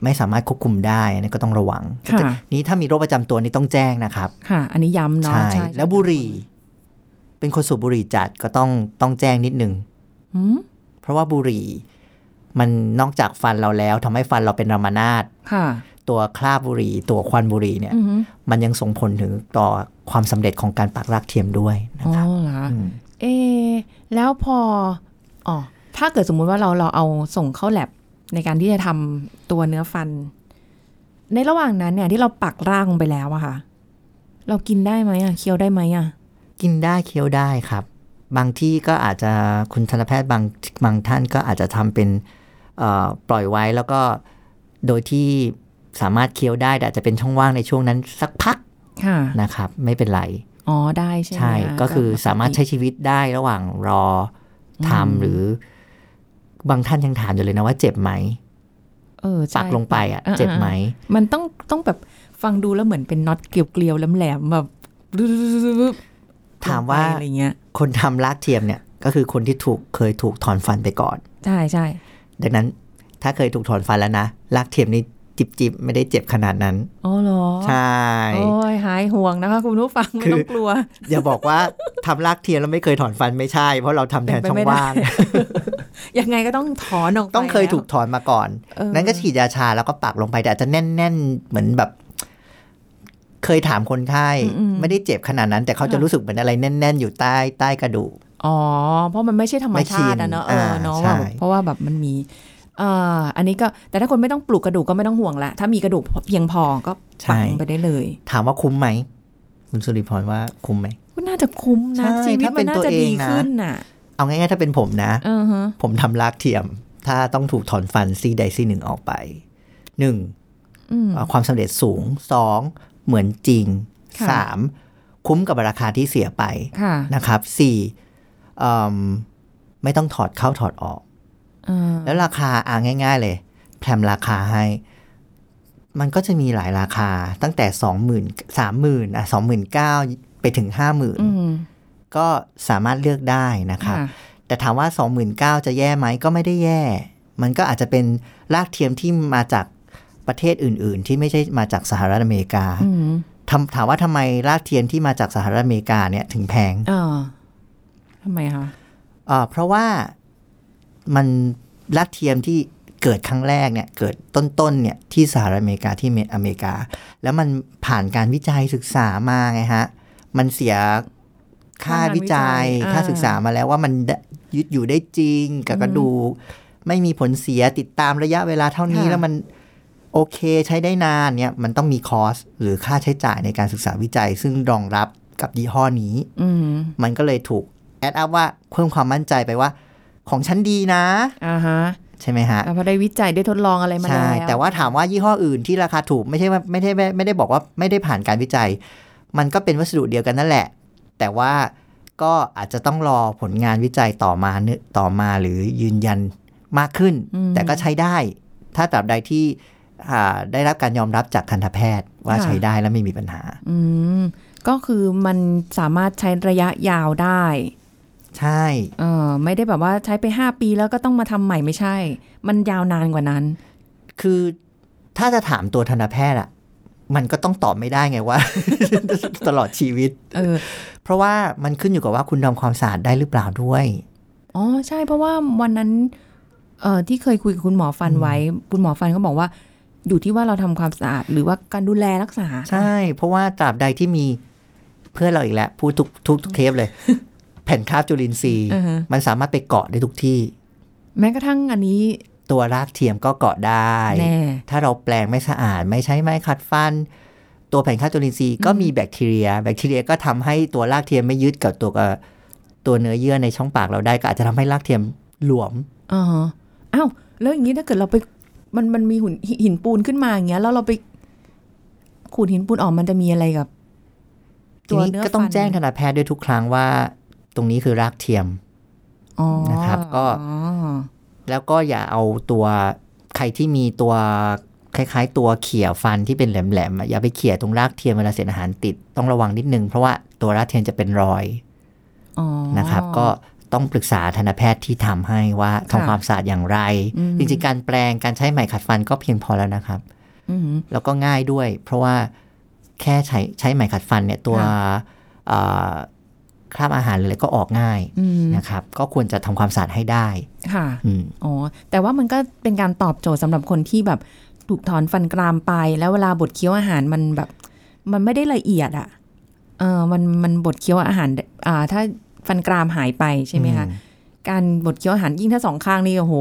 Speaker 3: ไม่สามารถควบคุมได้อันนี่ก็ต้องระวัง
Speaker 2: ค่ะ
Speaker 3: นี้ถ้ามีโรคประจำตัวนี่ต้องแจ้งนะครับ
Speaker 2: ค่ะ อันนี้ย้ำเนาะ
Speaker 3: ใช่ แล้วบุหรี่ เป็นคนสูบบุหรี่จัดก็ต้องต้องแจ้งนิดนึง
Speaker 2: อืม
Speaker 3: เพราะว่าบุหรี่ มันนอกจากฟันเราแล้วทำให้ฟันเราเป็นรามานาต
Speaker 2: ค่ะ
Speaker 3: ตัวคราบบุหรี่ ตัวควันบุหรี่เนี่ย
Speaker 2: อือหือ
Speaker 3: มันยังส่งผลถึงต่อความสำเร็จของการปักรากเทียมด้วยนะ
Speaker 2: อ๋อ
Speaker 3: ครับ
Speaker 2: เหรอ
Speaker 3: ม
Speaker 2: เอะแล้วพออ๋อถ้าเกิดสมมุติว่าเราเราเอาส่งเข้าแลบในการที่จะทำตัวเนื้อฟัน ในระหว่างนั้นเนี่ยที่เราปักรากลงไปแล้วอะค่ะ เรากินได้ไหมอะเคี้ยวได้ไหมอะ
Speaker 3: กินได้เคี้ยวได้ครับ บางที่ก็อาจจะคุณทันตแพทย์บางบางท่านก็อาจจะทำเป็น เอ่อปล่อยไว้แล้วก็โดยที่สามารถเคี้ยวได้แต่อาจจะเป็นช่องว่างในช่วงนั้นสักพัก
Speaker 2: ค่ะ
Speaker 3: นะครับ ไม่เป็นไร
Speaker 2: อ๋อได้ใช่ไหม
Speaker 3: ใช่
Speaker 2: ะ
Speaker 3: ก็คือสามารถ
Speaker 2: ปกติ
Speaker 3: ใช้ชีวิตได้ระหว่างรอทำ
Speaker 2: อืม
Speaker 3: หรือ บางท่านยังถามอยู่เลยนะว่าเจ็บไหม
Speaker 2: เออใช่
Speaker 3: ปักลงไปอ่ะ
Speaker 2: เออ
Speaker 3: เจ็บไหม
Speaker 2: มันต้องต้องแบบฟังดูแล้วเหมือนเป็นน็อตเกลียวๆแหลมๆแบบรึบๆๆๆ
Speaker 3: ถามว่า
Speaker 2: ลงไปอะไรเงี้ย
Speaker 3: คนทำลากเทียมเนี่ย ก็คือคนที่ถูกเคยถูกถอนฟันไปก่อน
Speaker 2: ใช่ใช่
Speaker 3: ดังนั้นถ้าเคยถูกถอนฟันแล้วนะลากเทียมนี่จิบจิบๆไม่ได้เจ็บขนาดนั้น
Speaker 2: อ๋อเหรอ
Speaker 3: ใช่
Speaker 2: โอ้ยหายห่วงนะคะ คุณผู้ฟังไม่
Speaker 3: คือ
Speaker 2: ต้องกลัว
Speaker 3: อย่าบอกว่าทำลากเทียมแล้วไม่เคยถอนฟันไม่ใช่ เพราะเราทำแทนช่องว่าง
Speaker 2: ยังไงก็ต้องถอนออกไป
Speaker 3: ต้องเคยถูก
Speaker 2: แล
Speaker 3: ถอนมาก่อน
Speaker 2: เออ
Speaker 3: นั้นก็ฉีดยาชาแล้วก็ปักลงไปแต่อาจจะแน่น ๆ เหมือนแบบ เคยถามคนไข้
Speaker 2: อืมๆ
Speaker 3: ไม่ได้เจ็บขนาดนั้น แต่เขาจะ
Speaker 2: ค่ะ
Speaker 3: รู้สึกเหมือนอะไรแน่น ๆ อยู่ใต้ใต้กระดู
Speaker 2: ้
Speaker 3: ก
Speaker 2: วอ๋อ เพราะมันไม่ใช่ธรรมชาติอะเนาะ
Speaker 3: ไม่
Speaker 2: เอ
Speaker 3: ชิน
Speaker 2: อเนาะว่า
Speaker 3: อ่าใช่
Speaker 2: แบบเพราะว่าแบบมันมีเอ่ออันนี้ก็แต่ถ้าคนไม่ต้องปลูกกระดูกก็ไม่ต้องห่วงละถ้ามีกระดูกเพียงพอก็ปักลงไปได้เลย
Speaker 3: ถามว่าคุ้มไหม คุณสุริพรว่าคุ้มไหม
Speaker 2: ก็น่าจะคุ้มนะ
Speaker 3: ใช่
Speaker 2: ชีวิต
Speaker 3: ถ้า
Speaker 2: มั
Speaker 3: เป็
Speaker 2: น
Speaker 3: น
Speaker 2: น่า
Speaker 3: ตัว
Speaker 2: จะ
Speaker 3: เอง
Speaker 2: ดี
Speaker 3: นะ
Speaker 2: ขึ้นน่ะ
Speaker 3: เอาง่าย ๆ ถ้าเป็นผมนะ
Speaker 2: อือฮะ
Speaker 3: ผมทำลากเทียม ถ้าต้องถูกถอนฟันซี่ใดซี่หนึ่งออกไปหนึ่ง
Speaker 2: อืม
Speaker 3: เอ่อความสำเร็จสูงสองเหมือนจริง
Speaker 2: ค่ะ
Speaker 3: สามคุ้มกับราคาที่เสียไป
Speaker 2: ค่ะ
Speaker 3: นะครับสี่เอิ่มไม่ต้องถอดเข้าถอดออก
Speaker 2: เออ
Speaker 3: แล้วราคาอ่าง่าย ๆ เลยแพรมราคาให้ มันก็จะมีหลายราคาตั้งแต่สองหมื่นสามหมื่นอ่ะสองหมื่นเก้าไปถึงห้าหมื่น
Speaker 2: อืม
Speaker 3: ก็สามารถเลือกได้นะครับ
Speaker 2: ค่ะ
Speaker 3: แต่ถามว่า 2 9 0 0 0จะแย่ไหมก็ไม่ได้แย่ มันก็อาจจะเป็นรากเทียมที่มาจาก ประเทศอื่น ๆ ที่ไม่ใช่มาจากสหรัฐอเมริกา
Speaker 2: อืม
Speaker 3: ทำถามว่าทำไมลากเทียนที่มาจากสหรัฐอเมริกาเนี่ยถึงแพง
Speaker 2: อ่าทำไมคะ
Speaker 3: อ่าเพราะว่ามันลากเทียมที่เกิดครั้งแรกเนี่ยเกิดต้นๆเนี่ยที่สหรัฐอเมริกาที่เมอเมริกา แล้วมันผ่านการวิจัยศึกษามาไงฮะ มันเสียค่าวิจัย
Speaker 2: ค่างานวิจัยอ่า
Speaker 3: ค่าศึกษามาแล้วว่ามันได้ยึดอยู่ได้จริงกับกระดูกไม่มีผลเสียติดตามระยะเวลาเท่านี้แล้วมันโอเคใช้ได้นานเนี่ยมันต้องมีคอสหรือค่าใช้จ่ายในการศึกษาวิจัย ซึ่งรองรับกับยี่ห้อนี้
Speaker 2: อืม
Speaker 3: มันก็เลยถูกแอดอัพว่าเพิ่มความมั่นใจไปว่า ของฉันดีนะ
Speaker 2: อ่าฮะ
Speaker 3: ใช่ไหมฮะ
Speaker 2: อ่ะพอได้วิจัยได้ทดลองอะไรมาแล้
Speaker 3: ใช่
Speaker 2: ว
Speaker 3: แต่ว่าถามว่ายี่ห้ออื่นที่ราคาถูกไม่ใช่ว่าไม่ได้ไม่ไม่ได้บอกว่าไม่ได้ผ่านการวิจัย มันก็เป็นวัสดุเดียวกันนั่นแหละ แต่ว่าก็อาจจะต้องรอผลงานวิจัยต่อมาเนอะต่อมาหรือยืนยันมากขึ้น แต่ก็ใช้ได้ ถ้าตราบใดที่อ่าได้รับการยอมรับจากทันตแพทย์ว่าใช้ได้และไม่มีปัญหา
Speaker 2: อืมก็คือมันสามารถใช้ระยะยาวได้
Speaker 3: ใช่
Speaker 2: เออไม่ได้แบบว่าใช้ไป 5 ปีแล้วก็ต้องมาทำใหม่ไม่ใช่ มันยาวนานกว่านั้น
Speaker 3: คือถ้าจะถามตัวทันตแพทย์อะมันก็ต้องตอบไม่ได้ไงว่า ตลอดชีวิต
Speaker 2: เออ
Speaker 3: เพราะว่ามันขึ้นอยู่กับว่าคุณทำความสะอาดได้หรือเปล่าด้วย
Speaker 2: อ๋อใช่เพราะว่าวันนั้นเอ่อที่เคยคุยกับคุณหมอฟันไว้ คุณหมอฟันก็บอกว่า อยู่ที่ว่าเราทำความสะอาด หรือว่าการดูแลรักษา
Speaker 3: ใช่ เพราะว่าตราบใดที่มีเพื่อนเราอีกแล้วพูดทุกทุกทุกเทปเลย แผ่นคราบจุลินทรีย์
Speaker 2: อ่าฮะ
Speaker 3: มันสามารถไปเกาะได้ทุกที่
Speaker 2: แม้กระทั่งอันนี้
Speaker 3: ตัวรากเทียมก็เกาะได้
Speaker 2: แน่
Speaker 3: ถ้าเราแปลงไม่สะอาด ไม่ใช้ไม้ขัดฟัน ตัวแผ่นคราบจุลินทรีย์ก็มีแบคทีเรีย แบคทีเรียก็ทำให้ตัวรากเทียมไม่ยึดกับตัวกับตัวเนื้อเยื่อในช่องปากเราได้ก็อาจจะทำให้รากเทียมหลวม
Speaker 2: อ๋ออ้าวแล้วอย่างนี้ถ้าเกิดเราไปมันมันมีหุ่นหินปูนขึ้นมาอย่างเงี้ยแล้วเราไปขูดหินปูนออกมันจะมีอะไรกับ
Speaker 3: ทีนี้ก็ต้องแจ้งทันตแพทย์ด้วยทุกครั้งว่า ตรงนี้คือรากเทียม
Speaker 2: อ๋อ
Speaker 3: นะครับก็
Speaker 2: อ๋อ
Speaker 3: แล้วก็อย่าเอาตัวใครที่มีตัวคล้ายๆ ตัวเขี่ยฟันที่เป็นแหลมๆอะอย่าไปเขี่ยตรงรากเทียมเวลาเศษอาหารติดต้องระวังนิดนึง เพราะว่าตัวรากเทียมจะเป็นรอย
Speaker 2: อ๋อ
Speaker 3: นะครับ ก็ต้องปรึกษาทันตแพทย์ที่ทำให้ว่าทำ
Speaker 2: ค่ะ
Speaker 3: ความสะอาดอย่างไร
Speaker 2: อืม
Speaker 3: จริงๆการแปลงการใช้ไหมขัดฟันก็เพียงพอแล้วนะครับ
Speaker 2: อืม
Speaker 3: แล้วก็ง่ายด้วย เพราะว่าแค่ใช้ใช้ไหมขัดฟันเนี่ยตัว
Speaker 2: ค่ะ
Speaker 3: เอ่อคราบอาหารเลยก็ออกง่าย
Speaker 2: อืม
Speaker 3: นะครับ ก็ควรจะทำความสะอาดให้ได้
Speaker 2: ค่ะ
Speaker 3: อืม
Speaker 2: อ๋อ แต่ว่ามันก็เป็นการตอบโจทย์สำหรับคนที่แบบถูกถอนฟันกรามไป แล้วเวลาบดเคี้ยวอาหารมันแบบ มันไม่ได้ละเอียดอะเออมันมันบดเคี้ยวอาหารอ่าถ้าฟันกรามหายไปใช่ไหมคะ
Speaker 3: อืม
Speaker 2: การบดเคี้ยวอาหารยิ่งถ้าสองข้างนี่โอ้โห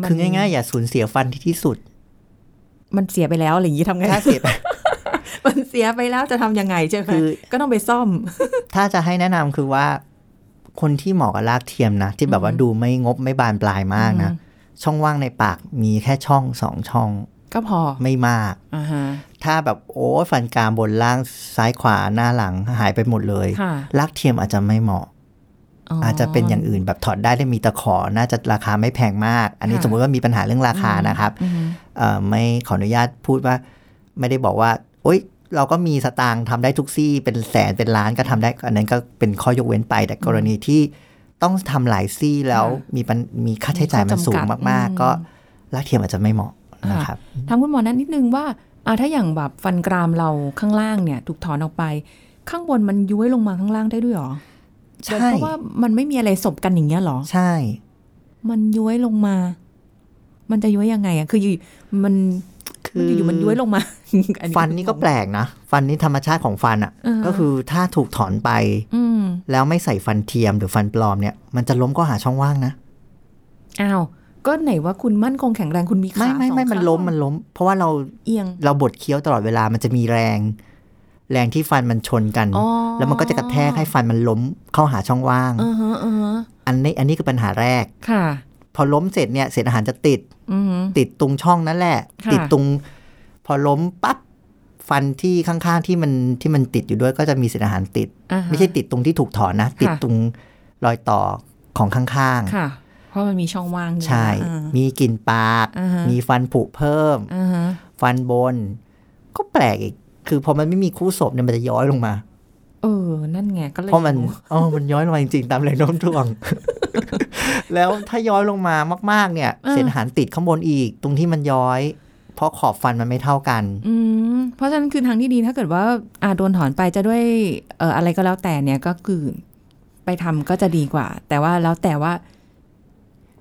Speaker 2: มัน
Speaker 3: คือง่ายๆ อย่าสูญเสียฟันที่ที่สุด
Speaker 2: มันเสียไปแล้วอะไรอย่างนี้ทำไง
Speaker 3: ถ้า เสียไป
Speaker 2: มันเสียไปแล้วจะทำยังไงใช่ไหม
Speaker 3: คือ
Speaker 2: ก็ต้องไปซ่อม
Speaker 3: ถ้าจะให้แนะนำคือว่า คนที่เหมาะกับรากเทียมนะ ที่แบบว่าดูไม่งบไม่บานปลายมากนะ
Speaker 2: อืม
Speaker 3: ช่องว่างในปากมีแค่ช่องสองช่อง
Speaker 2: ก็พอ
Speaker 3: ไม่มาก
Speaker 2: อ่าฮะ
Speaker 3: ถ้าแบบโอ้ยฟันกรามบนล่างซ้ายขวาหน้าหลังหายไปหมดเลย
Speaker 2: ค่ะ
Speaker 3: รากเทียมอาจจะไม่เหมาะ อาจจะเป็นอย่างอื่นแบบถอดได้ได้มีตะขอ น่าจะราคาไม่แพงมาก อันนี้สมมุติว่ามีปัญหาเรื่องราคานะครับ
Speaker 2: อืม
Speaker 3: เอ่อไม่ขออนุญาตพูดว่า ไม่ได้บอกว่าโอ๊ยเราก็มีสตางค์ทำได้ทุกซี่เป็นแสนเป็นล้านก็ทำได้ อันนั้นก็เป็นข้อยกเว้นไป แต่กรณีที่ต้องทำหลายซี่แล้วมีปัญมีค่าใช้จ่ายมันสูงมาก ๆ ก็ลากเทียมอาจจะไม่เหมาะนะครับ
Speaker 2: ทางคุณหมอแนั้นนิดนึงว่าอ่าถ้าอย่างแบบฟันกรามเราข้างล่างเนี่ย ถูกถอนออกไป ข้างบนมันย้วยลงมาข้างล่างได้ด้วยเหรอ
Speaker 3: ใช่
Speaker 2: เพราะว่ามันไม่มีอะไรสบกันอย่างเงี้ยเหรอ
Speaker 3: ใช่
Speaker 2: มันย้วยลงมา มันจะย้วยยังไงอ่ะ คืออยู่มันมันอยู่ๆมันย้วยลงมา อั
Speaker 3: ฟันนี่ก็แปลกนะ ฟันนี่ธรรมชาติของฟันอ่ะ ก็คือถ้าถูกถอนไป
Speaker 2: อืม
Speaker 3: แล้วไม่ใส่ฟันเทียมหรือฟันปลอมเนี่ยมันจะล้มก็หาช่องว่างนะ
Speaker 2: อ้าว ก็ไหนว่าคุณมั่นคงแข็งแรงคุณมีขา
Speaker 3: ไม่ไม่ไม่
Speaker 2: สองข้าง
Speaker 3: มันล้มมันล้ม เพราะว่าเรา
Speaker 2: เอียง
Speaker 3: เราบดเคี้ยวตลอดเวลามันจะมีแรง แรงที่ฟันมันชนกัน
Speaker 2: อ๋อ
Speaker 3: แล้วมันก็จะกระแทกให้ฟันมันล้มเข้าหาช่องว่าง
Speaker 2: อ่าฮะอ่าฮะ
Speaker 3: อันนี้อันนี้คือปัญหาแรก
Speaker 2: ค่ะ
Speaker 3: พอล้มเสร็จเนี่ยเศษอาหารจะติด
Speaker 2: อืม
Speaker 3: ติดตรงช่องนั่นแหละ
Speaker 2: ค่ะ
Speaker 3: ติดตรง พอล้มปั๊บฟันที่ข้างๆที่มันที่มันติดอยู่ด้วยก็จะมีเศษอาหารติด
Speaker 2: อ่าฮะ
Speaker 3: ไม่ใช่ติดตรงที่ถูกถอนนะ ติด
Speaker 2: ค่ะ
Speaker 3: ตรงรอยต่อของข้าง
Speaker 2: ค่ะ เพราะมันมีช่องว่างอยู่
Speaker 3: ๆ ใช่
Speaker 2: อ่า
Speaker 3: มีกลิ่นปาก
Speaker 2: อ่าฮะ
Speaker 3: มีฟันผุเพิ่ม
Speaker 2: อ่าฮะ
Speaker 3: ฟันบน ก็แปลกอีก คือพอมันไม่มีคู่ศพเนี่ยมันจะย้อยลงมา
Speaker 2: เออ นั่นไงก็เลย
Speaker 3: เพราะมัน
Speaker 2: งง
Speaker 3: เอ๋อมันย้อยลงมาจริงๆ ตามแรงโน้มถ่วง แล้วถ้าย้อยลงมามาก ๆ เนี่ย เศษอาหารติดข้างบนอีก ตรงที่มันย้อย เพราะขอบฟันมันไม่เท่ากัน
Speaker 2: อืมเพราะฉะนั้นคือทางที่ดีถ้าเกิดว่าอาโดนถอนไปจะด้วยเอ่ออะไรก็แล้วแต่เนี่ยก็คือไปทำก็จะดีกว่า แต่ว่าแล้วแต่ว่า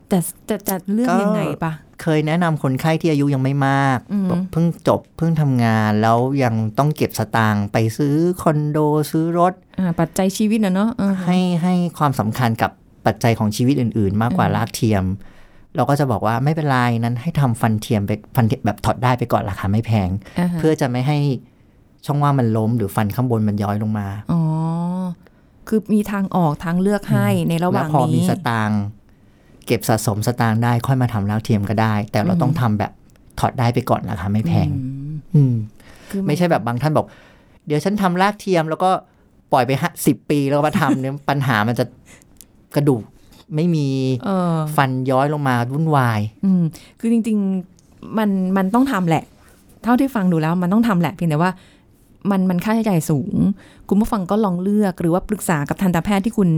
Speaker 2: แต่จะจะเลือก
Speaker 3: ก็
Speaker 2: ยังไงปะ
Speaker 3: เคยแนะนำคนไข้ที่อายุยังไม่มาก
Speaker 2: อืม
Speaker 3: แบบเพิ่งจบเพิ่งทำงานแล้วยังต้องเก็บสตางค์ไปซื้อคอนโดซื้อรถ
Speaker 2: อ่าปัจจัยชีวิตนะเนาะเออ
Speaker 3: ให้ให้ความสำคัญกับปัจจัยของชีวิตอื่น ๆ มากกว่า
Speaker 2: อืม
Speaker 3: รากเทียม เราก็จะบอกว่าไม่เป็นไรนั้นให้ทำฟันเทียมไปฟันเทียมแบบถอดได้ไปก่อนราคาไม่แพง
Speaker 2: อ่าฮะ
Speaker 3: เพื่อจะไม่ให้ช่องว่างมันล้มหรือฟันข้างบนมันย้อยลงมา
Speaker 2: อ๋อคือมีทางออกทางเลือกให้ในระ
Speaker 3: แล้ว
Speaker 2: ห่าง
Speaker 3: พอมี
Speaker 2: นี้
Speaker 3: สตางค์เก็บสะสมสตางค์ได้ค่อยมาทำรากเทียมก็ได้ แต่เรา
Speaker 2: อืม
Speaker 3: ต้องทำแบบถอดได้ไปก่อนราคาไม่แพง
Speaker 2: อืม
Speaker 3: อืม
Speaker 2: คือ
Speaker 3: ไม่ใช่แบบบางท่านบอก เดี๋ยวฉันทำรากเทียมแล้วก็ปล่อยไปห้าสิบปีแล้วมาทำเนี่ย ปัญหามันจะกระดูกไม่มี
Speaker 2: เออ
Speaker 3: ฟันย้อยลงมาวุ่นวาย
Speaker 2: อืมคือจริงๆมันมันต้องทำแหละ เท่าที่ฟังดูแล้วมันต้องทำแหละเพียงแต่ว่ามันมันค่าใช้จ่ายสูง คุณผู้ฟังก็ลองเลือกหรือว่าปรึกษากับทันตแพทย์ที่คุณ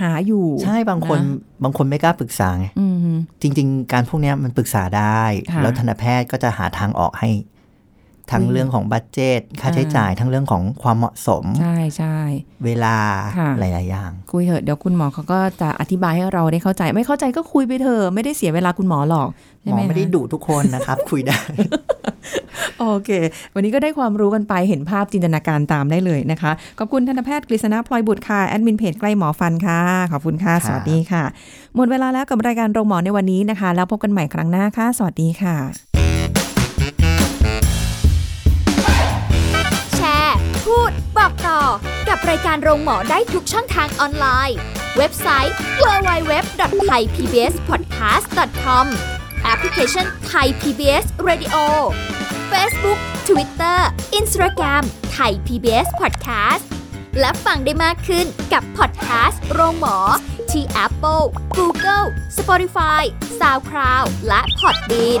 Speaker 2: หาอยู่
Speaker 3: ใช่บางคน
Speaker 2: ะ
Speaker 3: บางคนไม่กล้าปรึกษาไง
Speaker 2: อืม
Speaker 3: จริง ๆ การพวกเนี้ยมันปรึกษาได้
Speaker 2: ค่ะ
Speaker 3: แล้วทันตแพทย์ก็จะหาทางออกให้ ทั้ง
Speaker 2: อืม
Speaker 3: เรื่องของบัตเจตค่าใช้
Speaker 2: อ่า
Speaker 3: จ่ายทั้งเรื่องของความเหมาะสม
Speaker 2: ใช่ใช่
Speaker 3: เวลา
Speaker 2: ค่ะ
Speaker 3: หลาย ๆ อย่าง
Speaker 2: คุยเถอะเดี๋ยวคุณหมอเขาก็จะอธิบายให้เราได้เข้าใจ ไม่เข้าใจก็คุยไปเถอะไม่ได้เสียเวลาคุณหมอหรอก
Speaker 3: ห
Speaker 2: ใช่
Speaker 3: มอ
Speaker 2: ไหม
Speaker 3: ไม่ได้
Speaker 2: คะ
Speaker 3: ดุทุกคนนะครับ คุยได้
Speaker 2: โอเค วันนี้ก็ได้ความรู้กันไป เห็นภาพจินตนาการตามได้เลยนะคะ ขอบคุณทันตแพทย์กฤษณะพลอยบุตรค่ะ แอดมินเพจใกล้หมอฟันค่ะ ขอบคุณค่ะส
Speaker 3: ค่ะ
Speaker 2: วัสดีค่ะ หมดเวลาแล้วกับรายการโรงหมอในวันนี้นะคะ แล้วพบกันใหม่ครั้งหน้าค่ะ สวัสดีค่ะ
Speaker 1: แชร์ พูด บอกต่อ กับรายการโรงหมอได้ทุกช่องทางออนไลน์ เว็บไซต์ www.thaipbspodcast.com แอปพลิเคชัน Thai PBS Radio Facebook Twitter Instagram Thai PBS Podcast และฟังได้มากขึ้นกับพอดแคสต์โรงหมอ ที่ Apple, Google, Spotify, SoundCloud และ Podbean